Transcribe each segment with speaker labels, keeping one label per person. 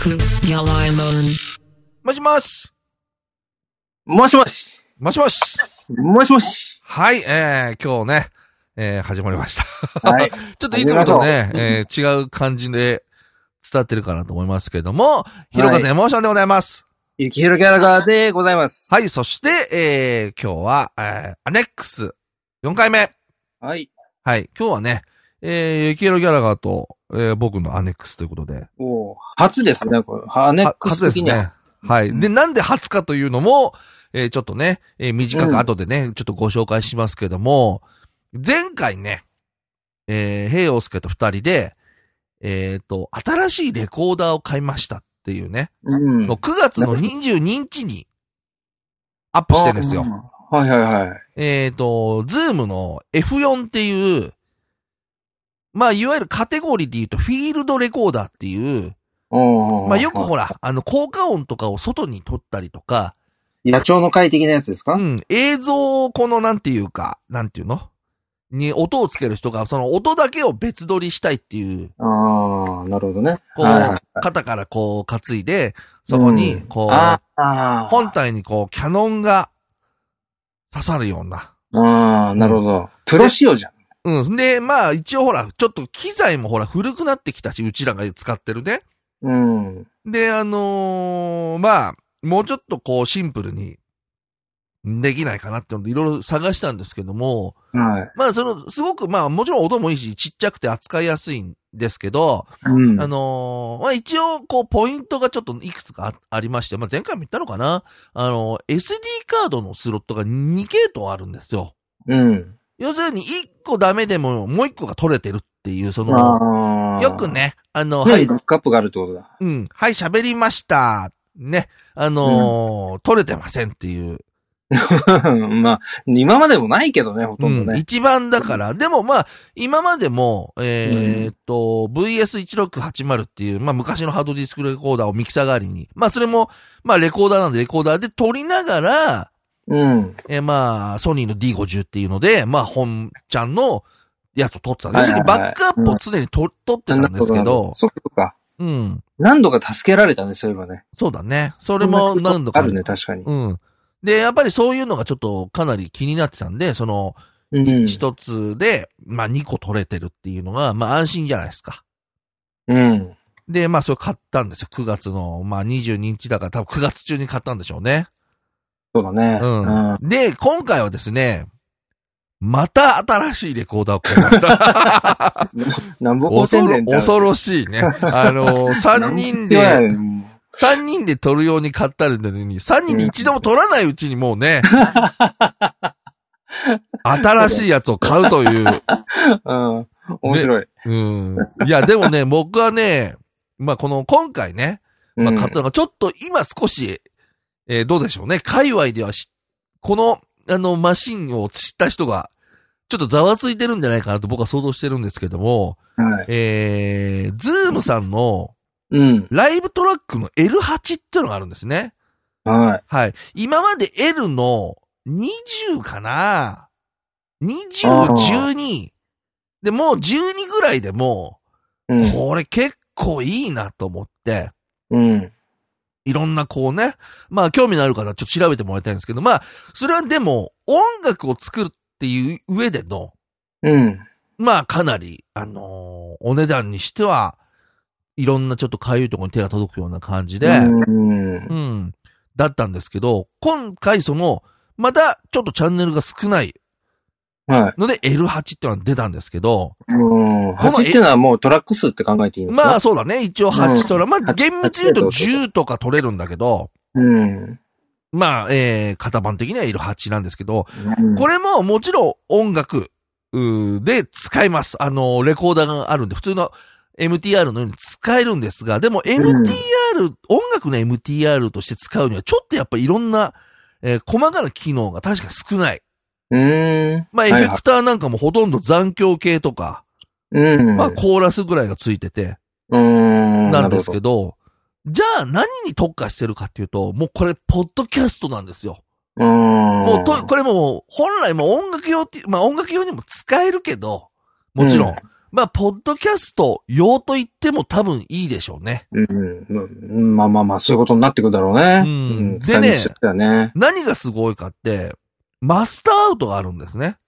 Speaker 1: く、ギャライモン。
Speaker 2: もしもし。
Speaker 3: もしもし。
Speaker 2: もしもし。
Speaker 3: もしもし。
Speaker 2: はい、えー、今日ね、えー、始まりました。
Speaker 3: はい。
Speaker 2: ちょっといつもとね、えー、違う感じで伝わってるかなと思いますけども、ひろかずエモーションでございます。
Speaker 3: ゆきひろキャラガーでございます。
Speaker 2: はい、そして、えー、今日は、えー、アネックス4回目。
Speaker 3: はい。
Speaker 2: はい、今日はね、えー、ゆきえろギャラガーと、えー、僕のアネックスということで。
Speaker 3: おー初ですね、これ。ハネッ
Speaker 2: は
Speaker 3: クス
Speaker 2: 初で
Speaker 3: 的
Speaker 2: す
Speaker 3: には。
Speaker 2: ね。はい。
Speaker 3: うん
Speaker 2: で、なんで初かというのも、えー、ちょっとね、えー短く後でね、ちょっとご紹介しますけども、前回ね、えー、平洋介と二人で、えっ、と、新しいレコーダーを買いましたっていうね、
Speaker 3: うん。
Speaker 2: の9月の22日にアップしてるんですよ。
Speaker 3: あー。はいはいはい。
Speaker 2: えっ、と、ズームの F4 っていう、まあ、いわゆるカテゴリーで言うと、フィールドレコーダーっていう、
Speaker 3: おー
Speaker 2: まあ、よくほら、あの、効果音とかを外に撮ったりとか、
Speaker 3: 野鳥の会的なやつですか、
Speaker 2: うん、映像をこの、なんていうか、なんていうのに音をつける人が、その音だけを別撮りしたいっていう、
Speaker 3: ああ、なるほどね。
Speaker 2: こ
Speaker 3: はいは
Speaker 2: う、肩からこう担いで、そこに、こ
Speaker 3: あ
Speaker 2: う、
Speaker 3: あ。
Speaker 2: 本体にこう、キャノンが刺さるような。
Speaker 3: ああ、なるほど。プロ仕様じゃん。
Speaker 2: うん。で、まあ、一応ほら、ちょっと機材もほら、古くなってきたし、うちらが使ってるね。
Speaker 3: うん。
Speaker 2: で、あのーまあ、もうちょっとこうシンプルにできないかなってのでいろいろ探したんですけども、
Speaker 3: はい。
Speaker 2: まあその、すごくまあもちろん音もいいし、ちっちゃくて扱いやすいんですけど、
Speaker 3: うん。
Speaker 2: あのーまあ一応こうポイントがちょっといくつかあありまして、まあ前回も言ったのかな、あのー SD カードのスロットが2系統あるんですよ。
Speaker 3: うん。
Speaker 2: 要するに1個ダメでももう1個が取れてるっていう、その、
Speaker 3: ああ。
Speaker 2: よく。ね、あの、
Speaker 3: ね、バックアップがあるってことだ。
Speaker 2: うん。はい、喋りました。ね。あのー取れてませんっていう。
Speaker 3: まあ、今までもないけどね、ほとんど
Speaker 2: うん
Speaker 3: ね。
Speaker 2: 一番だから。でもまあ、今までも、えー
Speaker 3: うん
Speaker 2: っと、VS1680 っていう、まあ昔のハードディスクレコーダーをミキサー代わりに。まあそれも、まあレコーダーなんでレコーダーで撮りながら、
Speaker 3: うん。
Speaker 2: えーまあ、ソニーの D50 っていうので、まあ本ちゃんのやつを撮ってた。
Speaker 3: はいはいはい
Speaker 2: 要するにバックアップを常に撮撮ってたんですけ
Speaker 3: なるほ
Speaker 2: ど、
Speaker 3: そっか。
Speaker 2: うん。
Speaker 3: 何度か助けられたね、そういえばね。
Speaker 2: そうだね。それも何度か
Speaker 3: あるね、確かに。
Speaker 2: うん。で、やっぱりそういうのがちょっとかなり気になってたんで、その、
Speaker 3: うん。
Speaker 2: 一つで、まあ二個取れてるっていうのが、まあ安心じゃないですか。
Speaker 3: うん。
Speaker 2: で、まあそれ買ったんですよ。9月の、まあ22日だから多分9月中に買ったんでしょうね。
Speaker 3: そうだね。
Speaker 2: うん
Speaker 3: うん
Speaker 2: で、今回はですね、また新しいレコーダーを買いま した。
Speaker 3: なんぼこ
Speaker 2: 恐
Speaker 3: 宣
Speaker 2: ろ
Speaker 3: 伝ってある
Speaker 2: 恐ろしいね。あのー、三 人
Speaker 3: 必要や
Speaker 2: で、
Speaker 3: ねも
Speaker 2: 三人で撮るように買ったのに、三人で一度も撮らないうちにもうね、新しいやつを買うという。
Speaker 3: ううん。面白い。
Speaker 2: うん。いや、でもね、僕はね、まあ、この、今回ね、まあ、買ったのが、ちょっと今少し、えーどうでしょうね。界隈ではし、この、あの、マシンを知った人が、ちょっとざわついてるんじゃないかなと僕は想像してるんですけども、
Speaker 3: うんはい。
Speaker 2: えー、ズームさんの
Speaker 3: うん。
Speaker 2: ライブトラックの L8 っていうのがあるんですね。
Speaker 3: はい。
Speaker 2: はい。今まで L の20かな ?20、12。で、もう12ぐらいでも
Speaker 3: う
Speaker 2: う、
Speaker 3: ん。
Speaker 2: これ結構いいなと思って、
Speaker 3: うん。
Speaker 2: いろんなこうね、まあ興味のある方はちょっと調べてもらいたいんですけど、まあ、それはでも音楽を作るっていう上での、
Speaker 3: うん。
Speaker 2: まあかなり、あのーお値段にしては、いろんなちょっとかゆいところに手が届くような感じで、
Speaker 3: うん
Speaker 2: う。ん。だったんですけど、今回その、またちょっとチャンネルが少ない
Speaker 3: はい。
Speaker 2: ので L8 ってのが出たんですけど、
Speaker 3: うん。8ってのはもうトラック数って考えていいのかな
Speaker 2: まあ、そうだね、一応8とら、まあ厳密に言うと10とか取れるんだけど、
Speaker 3: うん。
Speaker 2: まあ、えー、型番的には L8 なんですけど、
Speaker 3: うん
Speaker 2: これももちろん音楽うーで使います。あの、レコーダーがあるんで、普通の MTR のように使えるんですが、でも MTR、音楽の MTR として使うには、ちょっとやっぱいろんな、えー細かな機能が確か少ない。
Speaker 3: うん。
Speaker 2: まあ、エ
Speaker 3: はい
Speaker 2: フ
Speaker 3: は
Speaker 2: ェ
Speaker 3: い
Speaker 2: クターなんかもほとんど残響系とか、
Speaker 3: うん。
Speaker 2: まあ、コーラスぐらいがついてて、
Speaker 3: うん。
Speaker 2: なんですけ
Speaker 3: ど。
Speaker 2: ど、じゃあ何に特化してるかっていうと、もうこれ、ポッドキャストなんですよ。
Speaker 3: うん。
Speaker 2: も
Speaker 3: も
Speaker 2: うと、これもう、本来も音楽用って、まあ音楽用にも使えるけど、もちろん。
Speaker 3: うん
Speaker 2: まあ、ポッドキャスト用と言っても多分いいでしょうね。
Speaker 3: うんうん。まあまあまあ、そういうことになってくるだろうね。
Speaker 2: うん
Speaker 3: ん
Speaker 2: でね
Speaker 3: 使い道だよね。
Speaker 2: 何がすごいかって、マスターアウトがあるんですね。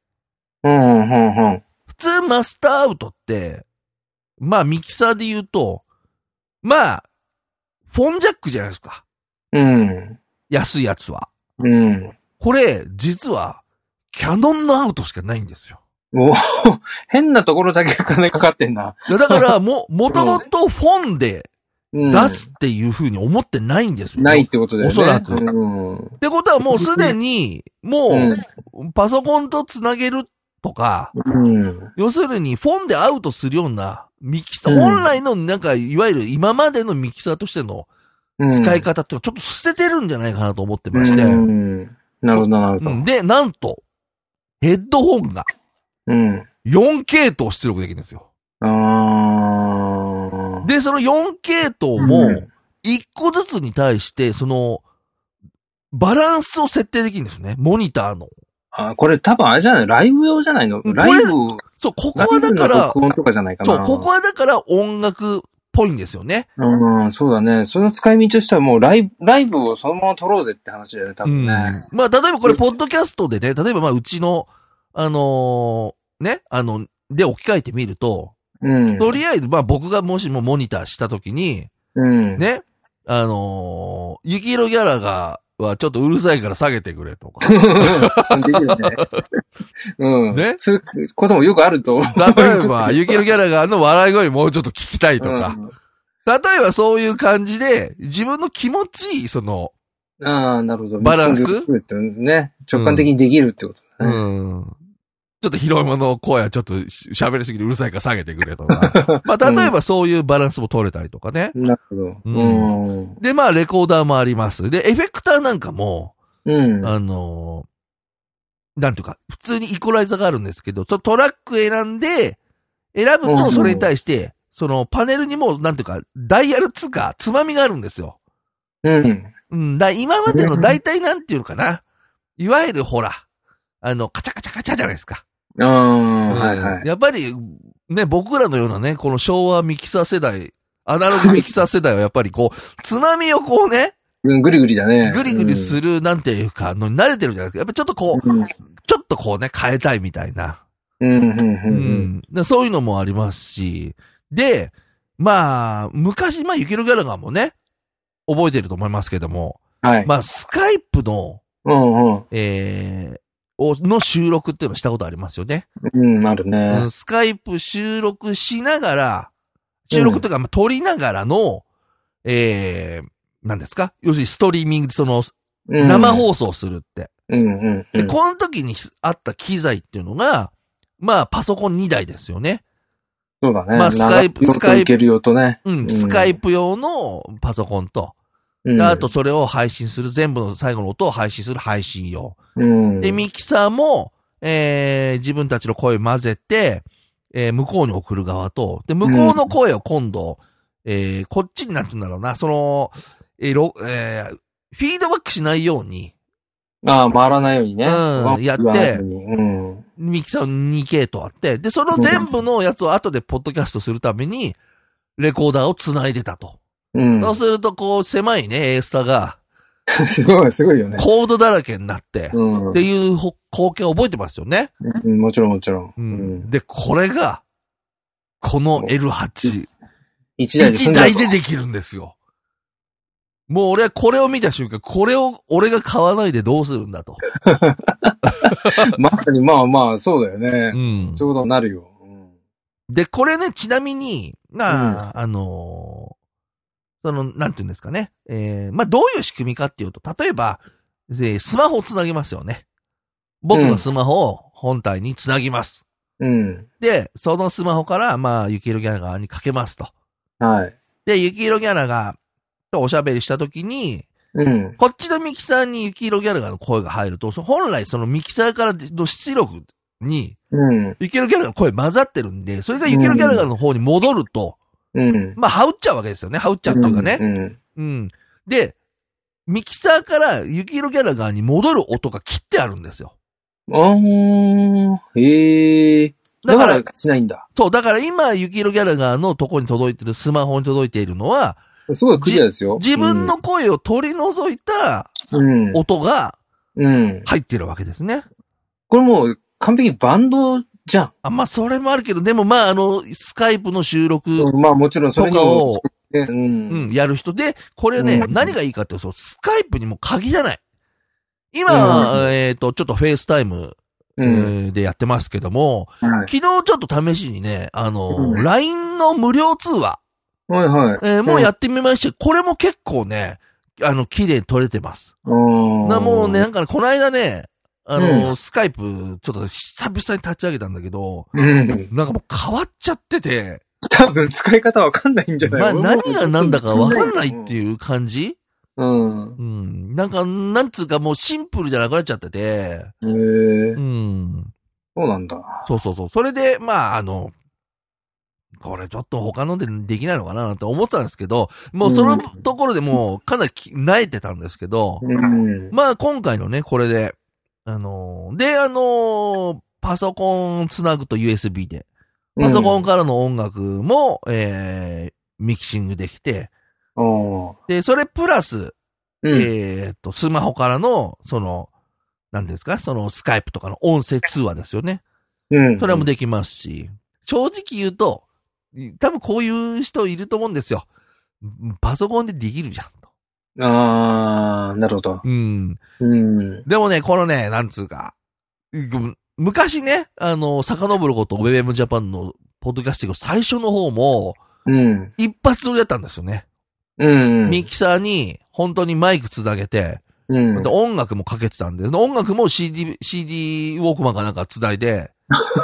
Speaker 3: うん、うん、うん。
Speaker 2: 普通マスターアウトって、まあミキサーで言うと、まあ、フォンジャックじゃないですか。
Speaker 3: うん。
Speaker 2: 安いやつは。
Speaker 3: うん。
Speaker 2: これ、実は、キャノンのアウトしかないんですよ。
Speaker 3: もう、 変なところだけ金かかってんな。
Speaker 2: いやだから、 も、もともとフォンで
Speaker 3: うん。
Speaker 2: 出すっていう風に思ってないんですよ。
Speaker 3: ないってことだよね。
Speaker 2: おそらく
Speaker 3: うん。
Speaker 2: ってことはもうすでに、もう、パソコンとつなげるとか、
Speaker 3: うん。
Speaker 2: 要するに、フォンでアウトするようなミキサー、
Speaker 3: うん
Speaker 2: 本来のなんか、いわゆる今までのミキサーとしての
Speaker 3: うん。
Speaker 2: 使い方っていうのをちょっと捨ててるんじゃないかなと思って
Speaker 3: う
Speaker 2: まして、うん
Speaker 3: ん。なるほど、なるほど。
Speaker 2: で、なんと、ヘッドホンが
Speaker 3: うん。
Speaker 2: 4系統出力できるんですよ。
Speaker 3: あー。
Speaker 2: で、その4系統
Speaker 3: う
Speaker 2: も
Speaker 3: ん、
Speaker 2: 1個ずつに対して、その、バランスを設定できるんですね。モニターの。
Speaker 3: あ、これ多分あれじゃないライブ用じゃないの
Speaker 2: うん
Speaker 3: ライブ、
Speaker 2: そう、ここ
Speaker 3: ラ
Speaker 2: は
Speaker 3: イ
Speaker 2: だ
Speaker 3: ブ
Speaker 2: か
Speaker 3: の
Speaker 2: ら、
Speaker 3: 録音とかじゃないか
Speaker 2: そ
Speaker 3: な。
Speaker 2: う、ここはだから音楽っぽいんですよね。
Speaker 3: うん、そうだね。その使い道としてはもうライブ、ライブをそのまま撮ろうぜって話だよね、多分ね。
Speaker 2: うん、まあ、例えばこれ、ポッドキャストでね、例えばまあ、うちの、あのーね、あの、で置き換えてみると、
Speaker 3: うん。
Speaker 2: とりあえず、まあ、僕がもしもモニターしたときに、
Speaker 3: うん。
Speaker 2: ね、あのー、ゆきいろギャラが、はちょっとうるさいから下げてくれと か。
Speaker 3: できるね。うん。
Speaker 2: ね
Speaker 3: そういうこともよくあると思う。
Speaker 2: 例えば、ゆきいろギャラがの笑い声もうちょっと聞きたいとか。例えばそういう感じで、自分の気持ちいい、その、
Speaker 3: うん。ああ、なるほど。
Speaker 2: バランス
Speaker 3: ミキングってね、直感的にできるってことだね。
Speaker 2: うん。ちょっと広いもの声はちょっとし喋りすぎてうるさいから下げてくれと か。まあ、例えばそういうバランスも取れたりとかね。
Speaker 3: なるほど。
Speaker 2: う
Speaker 3: うんん。
Speaker 2: で、まあ、レコーダーもあります。で、エフェクターなんかも、
Speaker 3: うん。
Speaker 2: あのーなんていうか、普通にイコライザーがあるんですけど、ちょっとトラック選んで、選ぶ
Speaker 3: う
Speaker 2: と
Speaker 3: ん
Speaker 2: それに対して、そのパネルにも、なんていうか、ダイヤルつうか、つまみがあるんですよ。
Speaker 3: うん。
Speaker 2: うん、だ今までの
Speaker 3: うん
Speaker 2: 大体なんていうのかな。いわゆるほら、あの、カチャカチャカチャじゃないですか。
Speaker 3: ああ、はいは
Speaker 2: うん
Speaker 3: い。
Speaker 2: やっぱり、ね、僕らのようなね、この昭和ミキサー世代、アナログミキサー世代はやっぱりこう、つまみをこうね、
Speaker 3: うんぐりぐりだね。
Speaker 2: ぐりぐりするなんていうか、のに慣れてるじゃないですか。やっぱちょっとこう、
Speaker 3: うん。
Speaker 2: ちょっとこうね、変えたいみたいな。
Speaker 3: うん、うん、う。
Speaker 2: うんん。でそういうのもありますし。で、まあ、昔、まあ、ゆきるギャラガーもね、覚えてると思いますけども、
Speaker 3: はい。
Speaker 2: まあ、スカイプの、
Speaker 3: うん、うん。
Speaker 2: えー、をの収録っていうのをしたことありますよね。
Speaker 3: うん、ある
Speaker 2: う
Speaker 3: ね
Speaker 2: ん。スカイプ収録しながら、収録というか、まあ、撮りながらの、えー、何ですか要するにストリーミングでその、
Speaker 3: うん
Speaker 2: 生放送するって。
Speaker 3: うん、うんう
Speaker 2: で、
Speaker 3: ん。
Speaker 2: この時にあった機材っていうのが、まあ、パソコン2台ですよね。
Speaker 3: そうだね。
Speaker 2: まあスカイプ
Speaker 3: 長く
Speaker 2: スカイプ
Speaker 3: いけるよとね。
Speaker 2: うん。
Speaker 3: ん
Speaker 2: スカイプ用のパソコンと、
Speaker 3: う
Speaker 2: で
Speaker 3: ん
Speaker 2: あと、それを配信する、全部の最後の音を配信する配信用。
Speaker 3: うん。
Speaker 2: で、ミキサーも、えー、自分たちの声混ぜて、えー、向こうに送る側と、で、向こうの声を今度、えー、こっちになって言うんだろうな、その、えーろえーフィードバックしないように、
Speaker 3: ああ、回らないようにね。
Speaker 2: うんやって
Speaker 3: 言わないようにうん。
Speaker 2: ミキサーの 2K とあって、で、その全部のやつを後でポッドキャストするために、レコーダーを繋いでたと。
Speaker 3: うん。
Speaker 2: そうすると、こう、狭いね、エースターが、
Speaker 3: すごい、すごいよね。
Speaker 2: コードだらけになって、っ
Speaker 3: うん
Speaker 2: て。いうほ光景を覚えてますよね。
Speaker 3: うんもちろん、もちろん。う
Speaker 2: うん
Speaker 3: ん。
Speaker 2: で、これが、この L8、
Speaker 3: 一台で済
Speaker 2: 1
Speaker 3: んじゃう
Speaker 2: 台
Speaker 3: と
Speaker 2: でできるんですよ。もう俺はこれを見た瞬間、これを俺が買わないでどうするんだと。
Speaker 3: まさに、まあまあ、そうだよ
Speaker 2: う
Speaker 3: ね。
Speaker 2: ん。
Speaker 3: そういうことになるよ。
Speaker 2: で、これね、ちなみに、まあ、あのーその、なんていうんですかね。えー、まあ、どういう仕組みかっていうと、例えば、えースマホをつなぎますよね。僕のスマホを本体につなぎます。
Speaker 3: うん。
Speaker 2: で、そのスマホから、まあ、ゆきろギャラにかけますと。
Speaker 3: うん。はい。
Speaker 2: で、ゆきいろギャラが、とおしゃべりしたときに、
Speaker 3: うん。
Speaker 2: こっちのミキサーにゆきいろギャラがの声が入ると、そ本来そのミキサーからの出力に、
Speaker 3: うん。
Speaker 2: ゆきいろギャラがの声混ざってるんで、それがゆきいろギャラがの方に戻ると、
Speaker 3: うん。
Speaker 2: まあ、羽打っちゃうわけですよね。羽打っちゃうというかね。
Speaker 3: うん。
Speaker 2: うん。で、ミキサーからゆきいろギャラがに戻る音が切ってあるんですよ。
Speaker 3: ああ、ええ。
Speaker 2: だ
Speaker 3: だか
Speaker 2: からら、
Speaker 3: しないんだ。
Speaker 2: そう、だから今、ゆきいろギャラガーのとこに届いてる、スマホに届いているのは、
Speaker 3: すごいクリアですよ。
Speaker 2: 自分の声を取り除いた
Speaker 3: うん、うん。
Speaker 2: 音が
Speaker 3: うん。
Speaker 2: 入ってるわけですね。
Speaker 3: これもう完璧にバンドじゃん。
Speaker 2: あ、まあ、それもあるけど、でもまあ、あの、スカイプの収録
Speaker 3: まあもちろんそ
Speaker 2: と
Speaker 3: れに
Speaker 2: か
Speaker 3: も
Speaker 2: を、、
Speaker 3: ねうん。
Speaker 2: うん、やる人で、これね、
Speaker 3: うん
Speaker 2: 何がいいかって、そう、スカイプにも限らない。今は、えっ、と、ちょっとフェイスタイム、
Speaker 3: う
Speaker 2: え
Speaker 3: ん。
Speaker 2: ーでやってますけども、
Speaker 3: はい
Speaker 2: 昨日ちょっと試しにね、あの、
Speaker 3: うん
Speaker 2: LINE の無料通話、
Speaker 3: はいはい。
Speaker 2: えーもうやってみました、これも結構ね、あの、綺麗に撮れてます。な
Speaker 3: な
Speaker 2: もうね、な、んかね、この間ね、あの、
Speaker 3: う
Speaker 2: スカイプ、ちょっと久々に立ち上げたんだけど、
Speaker 3: うん。
Speaker 2: なんかもう変わっちゃってて、
Speaker 3: 多分使い方わかんないんじゃない
Speaker 2: まあ何が何だかわかんないって
Speaker 3: う。
Speaker 2: いう感じ
Speaker 3: うん。
Speaker 2: うん。なんか、なんつうかもうシンプルじゃなくなっちゃってて、
Speaker 3: へえ
Speaker 2: う。ん。
Speaker 3: そうなんだ。
Speaker 2: そうそうそう。それで、まあ、あの、これちょっと他のでできないのかななんて思ってたんですけど、もうその
Speaker 3: うん
Speaker 2: ところでもうかなりき慣れてたんですけど、
Speaker 3: うん。
Speaker 2: まあ今回のね、これで、あのーで、あのーパソコンつなぐと USB で、パソコンからの音楽も、えー、ミキシングできて、
Speaker 3: うん。ああ。
Speaker 2: で、それプラス、
Speaker 3: うん。
Speaker 2: えーっと、スマホからの、その、なんていうんですか、そのスカイプとかの音声通話ですよね。
Speaker 3: うん。
Speaker 2: それもできますし、正直言うと、多分こういう人いると思うんですよ。パソコンでできるじゃんと。
Speaker 3: ああ、なるほど。
Speaker 2: うん。
Speaker 3: うん。
Speaker 2: でもね、このね、なんつうか、うん昔ね、あの、遡ること、ウェブエムジャパンのポッドキャスティング最初の方も、
Speaker 3: うん。
Speaker 2: 一発撮りだったんですよね。
Speaker 3: うん。
Speaker 2: ミキサーに、本当にマイクつなげて、
Speaker 3: うん
Speaker 2: で、。音楽もかけてたんで、音楽も CD、CD ウォークマンかなんかつないで、
Speaker 3: あ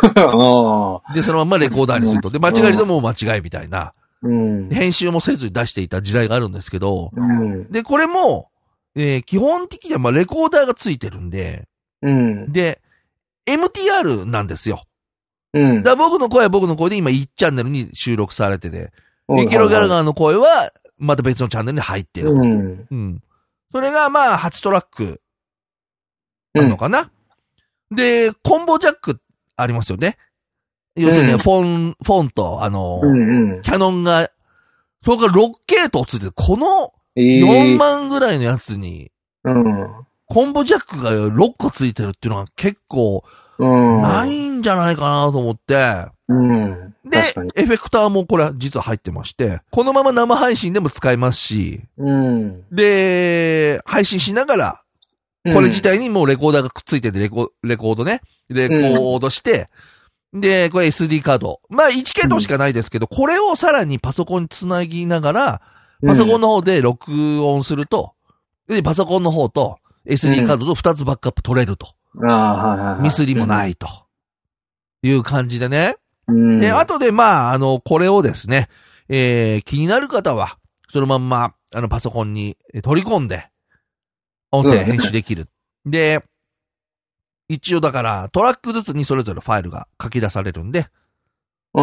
Speaker 3: あ。
Speaker 2: で、そのまんまレコーダーにすると。で、間違いでもう間違いみたいな。
Speaker 3: うん。
Speaker 2: 編集もせずに出していた時代があるんですけど、
Speaker 3: うん。
Speaker 2: で、これも、えー基本的にはまあレコーダーがついてるんで、
Speaker 3: うん。
Speaker 2: で、MTR なんですよ。
Speaker 3: うん
Speaker 2: だか。ら僕の声は僕の声で今1チャンネルに収録されてて、
Speaker 3: はい
Speaker 2: ミキロギャラ
Speaker 3: は
Speaker 2: ガーの声はまた別のチャンネルに入って
Speaker 3: い
Speaker 2: る。
Speaker 3: う
Speaker 2: うん。
Speaker 3: ん。
Speaker 2: それがまあ8トラックあるのかな、で、コンボジャックありますよね。要するに
Speaker 3: うん
Speaker 2: フォン、フォンと、あの、
Speaker 3: うんうん。
Speaker 2: キャノンが、それから6系統ついてる。この
Speaker 3: ええ
Speaker 2: 4万ぐらいのやつに、
Speaker 3: うん。
Speaker 2: コンボジャックが6個ついてるっていうのが結構、
Speaker 3: うん。
Speaker 2: ないんじゃないかなと思って。
Speaker 3: うん。
Speaker 2: で
Speaker 3: 確かに。、
Speaker 2: エフェクターもこれ実は入ってまして、このまま生配信でも使えますし、
Speaker 3: うん。
Speaker 2: で、配信しながら、これ自体にもうレコーダーがくっついてて、レコレコードね。レコードして、で、これ SD カード。まあ1系統しかないですけど、これをさらにパソコンにつなぎながら、パソコンの
Speaker 3: の。
Speaker 2: 方で録音すると、でパソコンの方と SD カードと2つバックアップ取れると。
Speaker 3: ああ、はいはいはい。。
Speaker 2: ミスりもないいと。いう感じでね。
Speaker 3: うん。
Speaker 2: で、後で、まあ、あの、これをですね、えー、気になる方は、そのまんま、あの、パソコンにえー取り込んで、音声編集できる。で、一応だから、トラックずつにそれぞれファイルが書き出されるんで、
Speaker 3: あ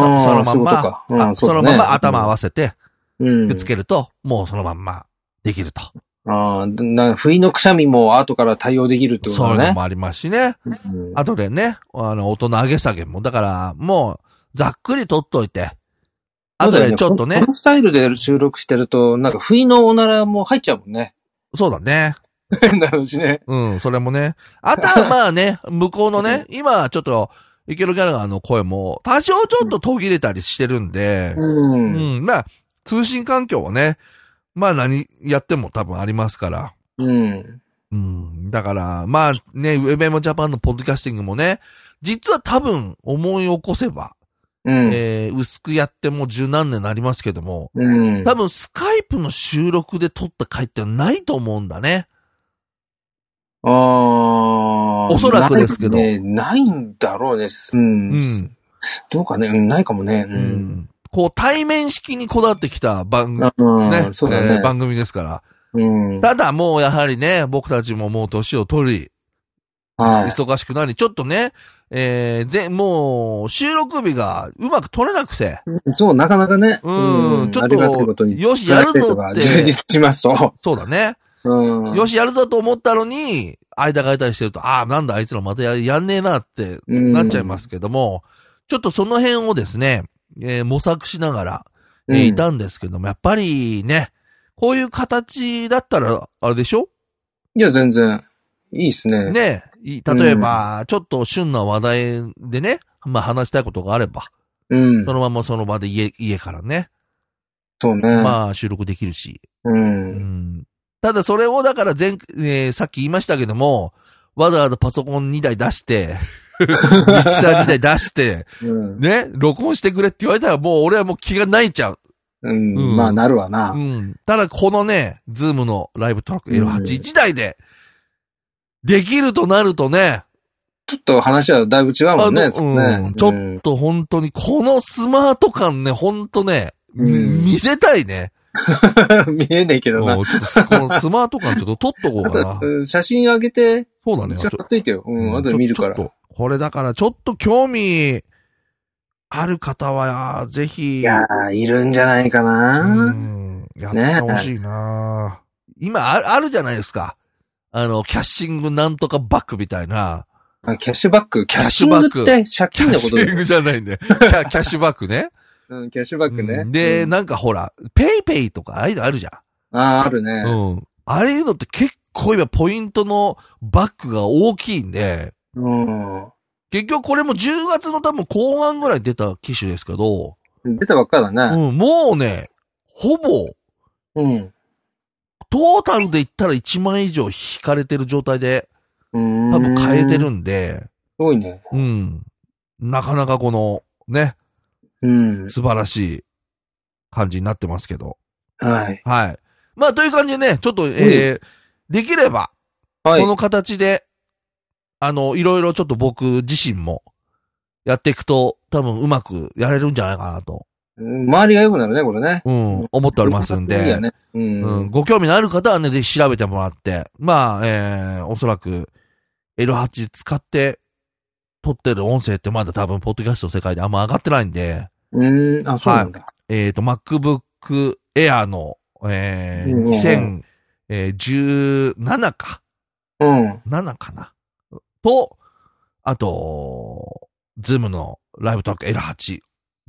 Speaker 2: そのま
Speaker 3: あ、そ
Speaker 2: ん
Speaker 3: ういうこと
Speaker 2: ま
Speaker 3: かうん
Speaker 2: あ
Speaker 3: そう
Speaker 2: そ
Speaker 3: だ
Speaker 2: の
Speaker 3: ね
Speaker 2: まんま頭合わせて、
Speaker 3: うん
Speaker 2: くっつけると、もうそのまんまできると。
Speaker 3: ああ、な、不意のくしゃみも後から対応できるってこと
Speaker 2: そういう
Speaker 3: だ
Speaker 2: の
Speaker 3: ね。
Speaker 2: もありますしね。
Speaker 3: うん
Speaker 2: あとでね、あの、音の上げ下げも、だから、もう、ざっくり取っといて、あとでちょっと
Speaker 3: そうだ
Speaker 2: ね
Speaker 3: よこ、のスタイルで収録してると、なんか不意のおならも入っちゃうもんね。
Speaker 2: そうだね。
Speaker 3: 変な話ね。
Speaker 2: うん、それもね。あとは、まあ ね、向こうのね、今、ちょっと、イケロギャラガーの声も、多少ちょっと途切れたりしてるんで、
Speaker 3: う。
Speaker 2: うんん、まあ、通信環境はね、まあ何やっても多分ありますから、
Speaker 3: うん。
Speaker 2: うん。だから、まあね、ウェブエモジャパンのポッドキャスティングもね、実は多分思い起こせば、
Speaker 3: うん。
Speaker 2: えー、薄くやってもう十何年になりますけども、
Speaker 3: うん。
Speaker 2: 多分スカイプの収録で撮った回ってないと思うんだね。
Speaker 3: ああ。
Speaker 2: おそらくですけど
Speaker 3: ないねないんだろうね。うん。
Speaker 2: うん
Speaker 3: どうかね。うん、ないかもね。う。
Speaker 2: うんん。こう対面式にこだわってきた番組、
Speaker 3: ああ、
Speaker 2: ね、
Speaker 3: そうだ
Speaker 2: え
Speaker 3: ね
Speaker 2: ー。番組ですから。
Speaker 3: うん。
Speaker 2: ただもうやはりね、僕たちももう年を取り、
Speaker 3: はい。
Speaker 2: 忙しくなり、ちょっとね、えー、ぜ、もう、収録日がうまく取れなくて、
Speaker 3: そう、なかなかね。
Speaker 2: うん、ちょ
Speaker 3: あ
Speaker 2: っ
Speaker 3: りがたいこと
Speaker 2: と、
Speaker 3: に。
Speaker 2: よし、やる
Speaker 3: プライベー
Speaker 2: ぞ
Speaker 3: トが
Speaker 2: って、
Speaker 3: 充実しますと。
Speaker 2: そうだね、
Speaker 3: うん。。
Speaker 2: よし、やるぞと思ったのに、間が空いたりしてると、ああ、なんだあいつらまたややんねえなって、なっちゃいますすけども、ちょっとその辺をですね、えー模索しながら、えー
Speaker 3: うん
Speaker 2: いたんですけども、やっぱりね、こういう形だったら、あれでしょ
Speaker 3: いや、全然、いいっすね。
Speaker 2: ねい例えば、ちょっと旬な話題でね、まあ話したいことがあれば、
Speaker 3: うん
Speaker 2: そ。のままその場で家、家からね、
Speaker 3: そうね。
Speaker 2: まあ収録できるし。
Speaker 3: う。
Speaker 2: うんん、ただそれをだから前、えーさっき言いましたけども、わざわざパソコン2台出 して、ミキサー2台出して、
Speaker 3: うん。
Speaker 2: ね、録音してくれって言われたらもう俺はもう気がないちゃう。
Speaker 3: うん
Speaker 2: うん
Speaker 3: まあ、なるわ
Speaker 2: う
Speaker 3: な。
Speaker 2: ん。ただこのね、ズームのライブトラック L81 台で、できるとなるとね、
Speaker 3: ちょっと話はだいぶ違うもん
Speaker 2: あ
Speaker 3: ね。
Speaker 2: の
Speaker 3: そこ
Speaker 2: う
Speaker 3: ね
Speaker 2: んちょっ
Speaker 3: うん
Speaker 2: と本当にこのスマート感ね、本当ね、み
Speaker 3: うん
Speaker 2: 見せたいね。
Speaker 3: 見えねえけどな
Speaker 2: も。うちょっとすこのスマート感ちょっと撮っとこう
Speaker 3: あ
Speaker 2: かな
Speaker 3: と、。うん写真あげて、
Speaker 2: そうだね。
Speaker 3: ちょっと貼っといてよ。うん、後で見るか
Speaker 2: ち
Speaker 3: ら
Speaker 2: ょ。ちょっとこれだからちょっと興味ある方は、ぜひ。
Speaker 3: いやー、いるんじゃないか
Speaker 2: う
Speaker 3: な。
Speaker 2: んやってほしいな、今ある、あるじゃないですか。あの、キャッシングなんとかバックみたいな。
Speaker 3: あキャッシュバック。キャッシ
Speaker 2: キャッシュ
Speaker 3: ュ
Speaker 2: バ
Speaker 3: バ
Speaker 2: ック
Speaker 3: ックって借
Speaker 2: キャ
Speaker 3: 金
Speaker 2: ッ
Speaker 3: の
Speaker 2: シ
Speaker 3: ことだ
Speaker 2: ン
Speaker 3: よ
Speaker 2: グじゃないんだよ。キ ャキャッシュバックね。
Speaker 3: うん、キャッシュバックね
Speaker 2: う。んで、
Speaker 3: うん
Speaker 2: なんかほら、ペイペイとかああいうのあるじゃ
Speaker 3: あー、ある
Speaker 2: ん。
Speaker 3: ね。
Speaker 2: うん。あれいうのって結構今ポイントのバックが大きいんで、
Speaker 3: うん。
Speaker 2: 結局これも10月の多分後半ぐらいに出た機種ですけど、
Speaker 3: 出たばっかだね。
Speaker 2: うん、もうね、ほぼ、
Speaker 3: うん。
Speaker 2: トータルで言ったら1万円以上引かれてる状態で、
Speaker 3: うん。
Speaker 2: 多分変えて。るんで、
Speaker 3: すごいね。
Speaker 2: うん。なかなかこの、ね、
Speaker 3: うん。
Speaker 2: 素晴らしい感じになってますけど。
Speaker 3: はい。
Speaker 2: はい。まあ、という感じでね、ちょっと、えー、できれば、
Speaker 3: はい
Speaker 2: こ。の形で、あの、いろいろちょっと僕自身も、やっていくと、多分うまくやれるんじゃないかなと、
Speaker 3: うん周りが良くなるね、これね。
Speaker 2: うん、思っておりますん
Speaker 3: いい
Speaker 2: で
Speaker 3: よ、ね。う
Speaker 2: うん、
Speaker 3: ん。
Speaker 2: ご興味のある方はね、ぜひ調べてもらって、まあ、えー、おそらく、L8 使って、撮ってる音声ってまだ多分、ポッドキャストの世界であんま上がってないんで、
Speaker 3: うん。あ、そうなんだ。
Speaker 2: えっ、と、MacBook Air の、え
Speaker 3: うんうん
Speaker 2: ー、2017か、
Speaker 3: うん。
Speaker 2: 7かな。と、あと、ズームのライブトラック L8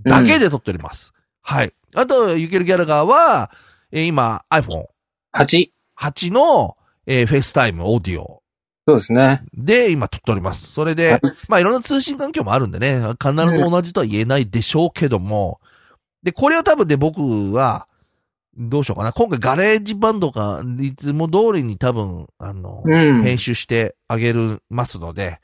Speaker 2: だけで撮っております。はい。あと、ゆけるギャラガーは、えー今 iPhone8
Speaker 3: 8。
Speaker 2: の、えー、フェイスタイムオーディオ
Speaker 3: そうですね。
Speaker 2: で今撮っております。それで、
Speaker 3: はい
Speaker 2: まあいろんな通信環境もあるんでね、必ず同じとは言えないでしょうけども、で、これは多分で僕は、どうしようかな。今回ガレージバンドがいつも通りに多分、あの、
Speaker 3: うん。
Speaker 2: 編集してあげるますので、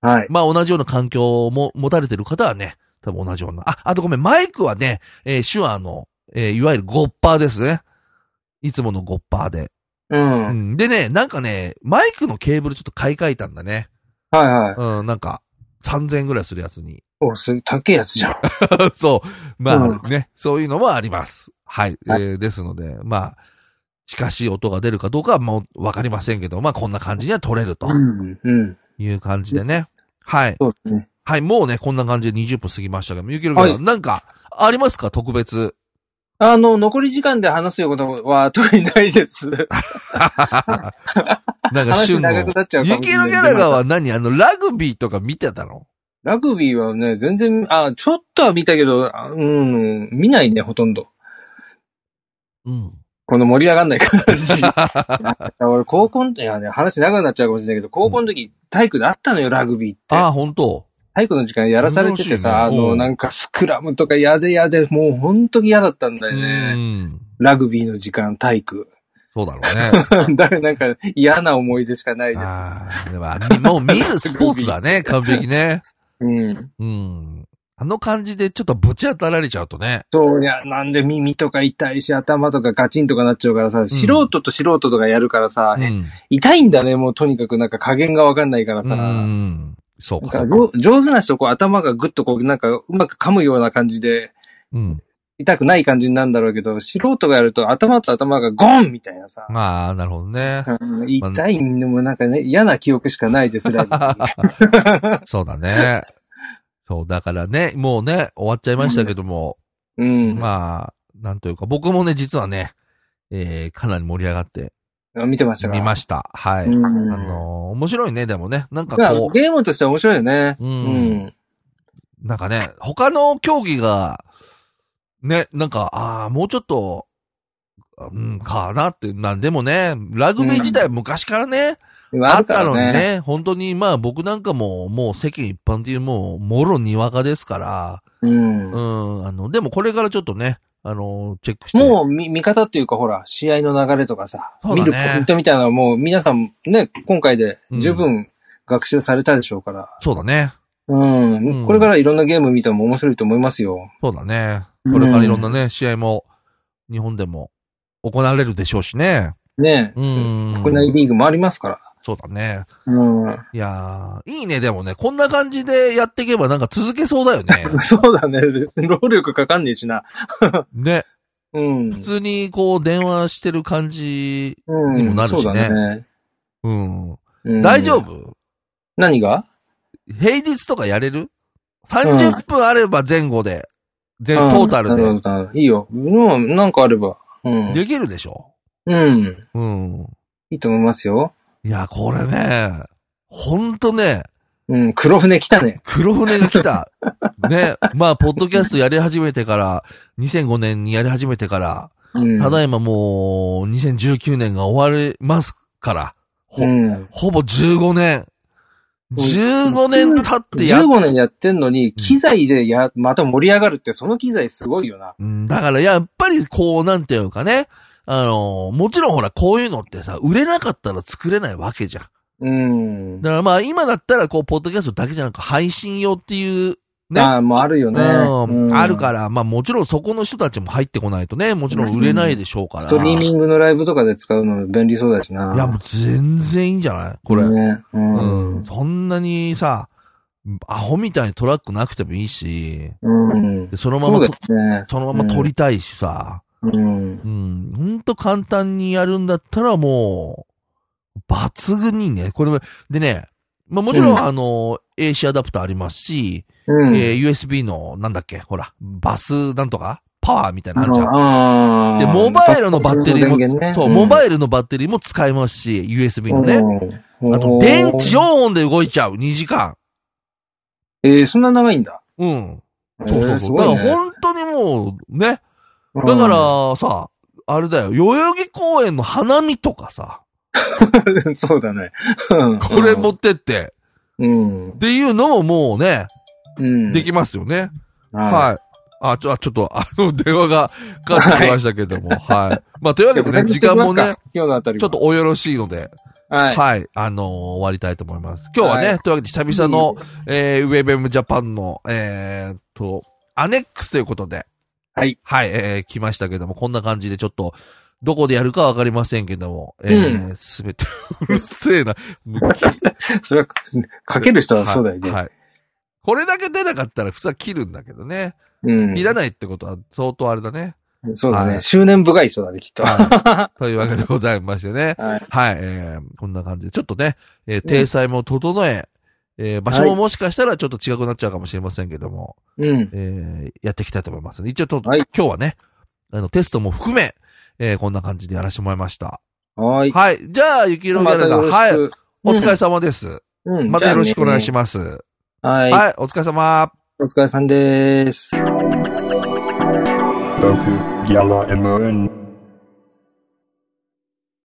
Speaker 3: はい。
Speaker 2: まあ同じような環境も持たれてる方はね、多分同じような。あ、あとごめん、マイクはね、えー手話の、えーいわゆるゴッパーですね。いつものゴッパーで。
Speaker 3: うん。
Speaker 2: う
Speaker 3: はい
Speaker 2: ん。でね、なんかね、マイクのケーブルちょっと買い替えたんだね。
Speaker 3: はい。
Speaker 2: うん、なんか、3000円ぐらいするやつに。
Speaker 3: お、すげえ高いやつじゃん。
Speaker 2: そう。まあ、
Speaker 3: う
Speaker 2: ね、そういうのもあります。はい。え
Speaker 3: はい
Speaker 2: ー、ですので、まあ、近しい音が出るかどうかはもうわかりませんけど、まあこんな感じには取れると
Speaker 3: うん。うん。
Speaker 2: いう感じでね。はい。
Speaker 3: そうですね。
Speaker 2: はい、もうね、こんな感じで20分過ぎましたけども、ゆきろくん、
Speaker 3: はい
Speaker 2: なんか、ありますか特別。
Speaker 3: あの、残り時間で話すようなことは特にないです。
Speaker 2: なんか、
Speaker 3: 話
Speaker 2: 旬の。
Speaker 3: 長
Speaker 2: ゆ
Speaker 3: くなっちゃうかもし
Speaker 2: き
Speaker 3: れな
Speaker 2: ろ
Speaker 3: い
Speaker 2: ギャラガーは何あの、ラグビーとか見てたの
Speaker 3: ラグビーはね、全然、あ、ちょっとは見たけど、あうん、見ないね、ほとんど。
Speaker 2: うん。
Speaker 3: この盛り上がんな い感じ。俺、高校の、いやね、話長くなっちゃうかもしれないけど、高校の時、体育であったのよ、ラグビーって。
Speaker 2: ああ、本当
Speaker 3: 体育の時間やらされててさ、あ
Speaker 2: 恐ろしいねう
Speaker 3: の、
Speaker 2: ん
Speaker 3: なんかスクラムとかやでやで、もう本当に嫌だったんだ
Speaker 2: う
Speaker 3: よね。
Speaker 2: ん。
Speaker 3: ラグビーの時間、体育。
Speaker 2: そうだろ うね。
Speaker 3: だからなんか嫌な思い出しかないです。
Speaker 2: ああ、でもあれ、もう見るスポーツだ ね、完璧ね。
Speaker 3: うん。
Speaker 2: うん。あの感じでちょっとぶち当たられちゃうとね。
Speaker 3: そういや、なんで耳とか痛いし、頭とかガチンとかなっちゃうからさ、素人と素人とかやるからさ、
Speaker 2: う
Speaker 3: え
Speaker 2: ん。
Speaker 3: 痛いんだね、もうとにかくなんか加減がわかんないから
Speaker 2: う
Speaker 3: さ。
Speaker 2: ん。そう
Speaker 3: なん
Speaker 2: か、そ
Speaker 3: か
Speaker 2: う
Speaker 3: 上
Speaker 2: か。
Speaker 3: 上手な人、こう頭がぐっとこう、なんかうまく噛むような感じで、
Speaker 2: うん。
Speaker 3: 痛くない感じになるんだろうけど、素人がやると頭と頭がゴンみたいなさ。
Speaker 2: まあ、なるほどね。
Speaker 3: うん痛いのもなんかね、嫌な記憶しかないです、ライブ
Speaker 2: そうだね。そう、だからね、もうね、終わっちゃいましたけども、
Speaker 3: うん。
Speaker 2: まあ、なんというか、僕もね、実はね、えー、かなり盛り上がって
Speaker 3: 見てましたか
Speaker 2: 見ました。はい。
Speaker 3: う
Speaker 2: あ
Speaker 3: ん
Speaker 2: のー面白いね、でもね、なんか
Speaker 3: まあ
Speaker 2: こ
Speaker 3: ゲームとしては面白いよね。
Speaker 2: う
Speaker 3: うんん。
Speaker 2: なんかね、他の競技が、ね、なんか、ああ、もうちょっと、うん、かなって、なんでもね、ラグビー自体昔からね、あったのにね。本当に、まあ僕なんかも、もう世間一般っていうもう、もろにわかですから、
Speaker 3: うん。
Speaker 2: うん、あの、でもこれからちょっとね、あの、チェックして。
Speaker 3: もう見、見方っていうか、ほら、試合の流れとかさ、
Speaker 2: そうだ
Speaker 3: 見
Speaker 2: ね
Speaker 3: るポイントみたいなのはもう皆さんね、今回で十分学習されたでしょうから。
Speaker 2: そうだね。
Speaker 3: うん。
Speaker 2: うん
Speaker 3: これからいろんなゲーム見ても面白いと思いますよ。
Speaker 2: そうだね。これからいろんなね、試合も、日本でも行われるでしょうしね。
Speaker 3: ね。
Speaker 2: うん。
Speaker 3: 国内リーグもありますから。
Speaker 2: そうだね。
Speaker 3: うん。
Speaker 2: いやー、いいね、でもね、こんな感じでやっていけばなんか続けそうだよ ね。
Speaker 3: そうだね。別に労力かかんねえしな。
Speaker 2: ね。
Speaker 3: うん。
Speaker 2: 普通にこう、電話してる感じ。
Speaker 3: うん。
Speaker 2: にもなるしね
Speaker 3: そうだね。
Speaker 2: うん。
Speaker 3: うん
Speaker 2: 大丈夫
Speaker 3: 何が
Speaker 2: 平日とかやれる ?30 分あれば前後で、全
Speaker 3: うん
Speaker 2: トータル
Speaker 3: なるほ
Speaker 2: で、
Speaker 3: どなるほどいいよ。うんなんかあれば。うん。
Speaker 2: できるでしょ
Speaker 3: うん。
Speaker 2: うん。
Speaker 3: いいと思いますよ。
Speaker 2: いや、これね、ほんとね、
Speaker 3: うん。黒船来たね。
Speaker 2: 黒船が来 た。ね。まあ、ポッドキャストやり始めてから、2005年にやり始めてから、
Speaker 3: うん。
Speaker 2: ただいまもう、2019年が終わりますから、ほ
Speaker 3: うん。
Speaker 2: ほぼ15年。15年経ってやっ、
Speaker 3: 15年やってんのに、機材でや、また盛り上がるって、その機材すごいよな。
Speaker 2: うんだからやっぱりこう、なんていうかね、あの、もちろんほら、こういうのってさ、売れなかったら作れないわけじゃん。
Speaker 3: うん。
Speaker 2: だからまあ、今だったらこう、ポッドキャストだけじゃなく、配信用っていう、ね
Speaker 3: ああ、もうあるよね。。
Speaker 2: うん、あるからら、まあもちろんそこの人たちも入ってこないとね、もちろん売れないでしょうから。
Speaker 3: ストリーミングのライブとかで使うの便利そうだしな。
Speaker 2: いや、もう全然いいんじゃないこれ。
Speaker 3: ね。
Speaker 2: う
Speaker 3: う。
Speaker 2: んん。そんなにさ、アホみたいにトラックなくてもいいし、
Speaker 3: うん。
Speaker 2: でそのま
Speaker 3: そ
Speaker 2: ま
Speaker 3: う
Speaker 2: と、
Speaker 3: だよね。
Speaker 2: そのまま撮りたいしさ、
Speaker 3: うん。
Speaker 2: うん。ほんと簡単にやるんだったらもう、抜群にね、これは、でね、まあもちろん、
Speaker 3: うん
Speaker 2: あの、AC アダプターありますし、
Speaker 3: うん。
Speaker 2: えー USB の、なんだっけ、ほら、バスなんとかパワーみたいな
Speaker 3: あ
Speaker 2: のあるじゃん。
Speaker 3: の、あ
Speaker 2: で、モバイルのバッテリーも、そう、モ
Speaker 3: イ
Speaker 2: バイルのバッテリーも使えますし、USB のね。
Speaker 3: ね
Speaker 2: あと、電池4音で動いちゃう、2時間。
Speaker 3: ええ、そんな長いんだ。
Speaker 2: うん。そうそうそう。
Speaker 3: え
Speaker 2: だから
Speaker 3: ーすごいね
Speaker 2: 本当にもう、ね。だか、らさ、あれだよ、代々木公園の花見とかさ、
Speaker 3: うん そうだね。うん
Speaker 2: これ持っ、てって、
Speaker 3: うん
Speaker 2: っ。ていうのももうね、
Speaker 3: うん。
Speaker 2: できますよね。
Speaker 3: は
Speaker 2: はい。あ、ちょ、あちょっと、あの、電話がかかってきましたけども、はい。まあ、というわ
Speaker 3: い。
Speaker 2: けでね、時間もね、、
Speaker 3: 今日のあたりは
Speaker 2: ちょっと、およろしいので、
Speaker 3: はい。
Speaker 2: はい。あのー終わりたいと思います。今日はね、
Speaker 3: は
Speaker 2: というわけで久々の、えー、ウェブエムジャパンの、えー、っと、アネックスということで。
Speaker 3: はい。
Speaker 2: はい、えー、来ましたけども、こんな感じでちょっと、どこでやるかわかりませんけども、えー、す、べ、て、うるせえな。もうき
Speaker 3: それは、かける人はそうだよね。
Speaker 2: はい。はいこれだけ出なかったら普通は切るんだけどね。
Speaker 3: うん。
Speaker 2: いらないってことは相当あれだね。
Speaker 3: そうだ
Speaker 2: は
Speaker 3: ね。
Speaker 2: い
Speaker 3: 執念深い人だね、きっと。
Speaker 2: はい。というわけでございましてね。
Speaker 3: はい。
Speaker 2: はい、えー、こんな感じで、ちょっとね、えー、体裁も整え、えー場所
Speaker 3: は
Speaker 2: も
Speaker 3: い
Speaker 2: もしかしたらちょっと違くなっちゃうかもしれませんけども、
Speaker 3: うん。
Speaker 2: えーやっていきたいと思います。一応と、
Speaker 3: はい
Speaker 2: 今日はね、あの、テストも含め、えーこんな感じでやらせてもらいました。
Speaker 3: はい。
Speaker 2: はい、じゃあ、ゆきひろギャルが、はい、お疲れ様です。
Speaker 3: 様
Speaker 2: またよろしくお願いし
Speaker 3: ま
Speaker 2: ます。
Speaker 3: す。はい。
Speaker 2: はい、お疲れ様。
Speaker 3: お疲れさんです。
Speaker 4: Boku Yellow and Maroon.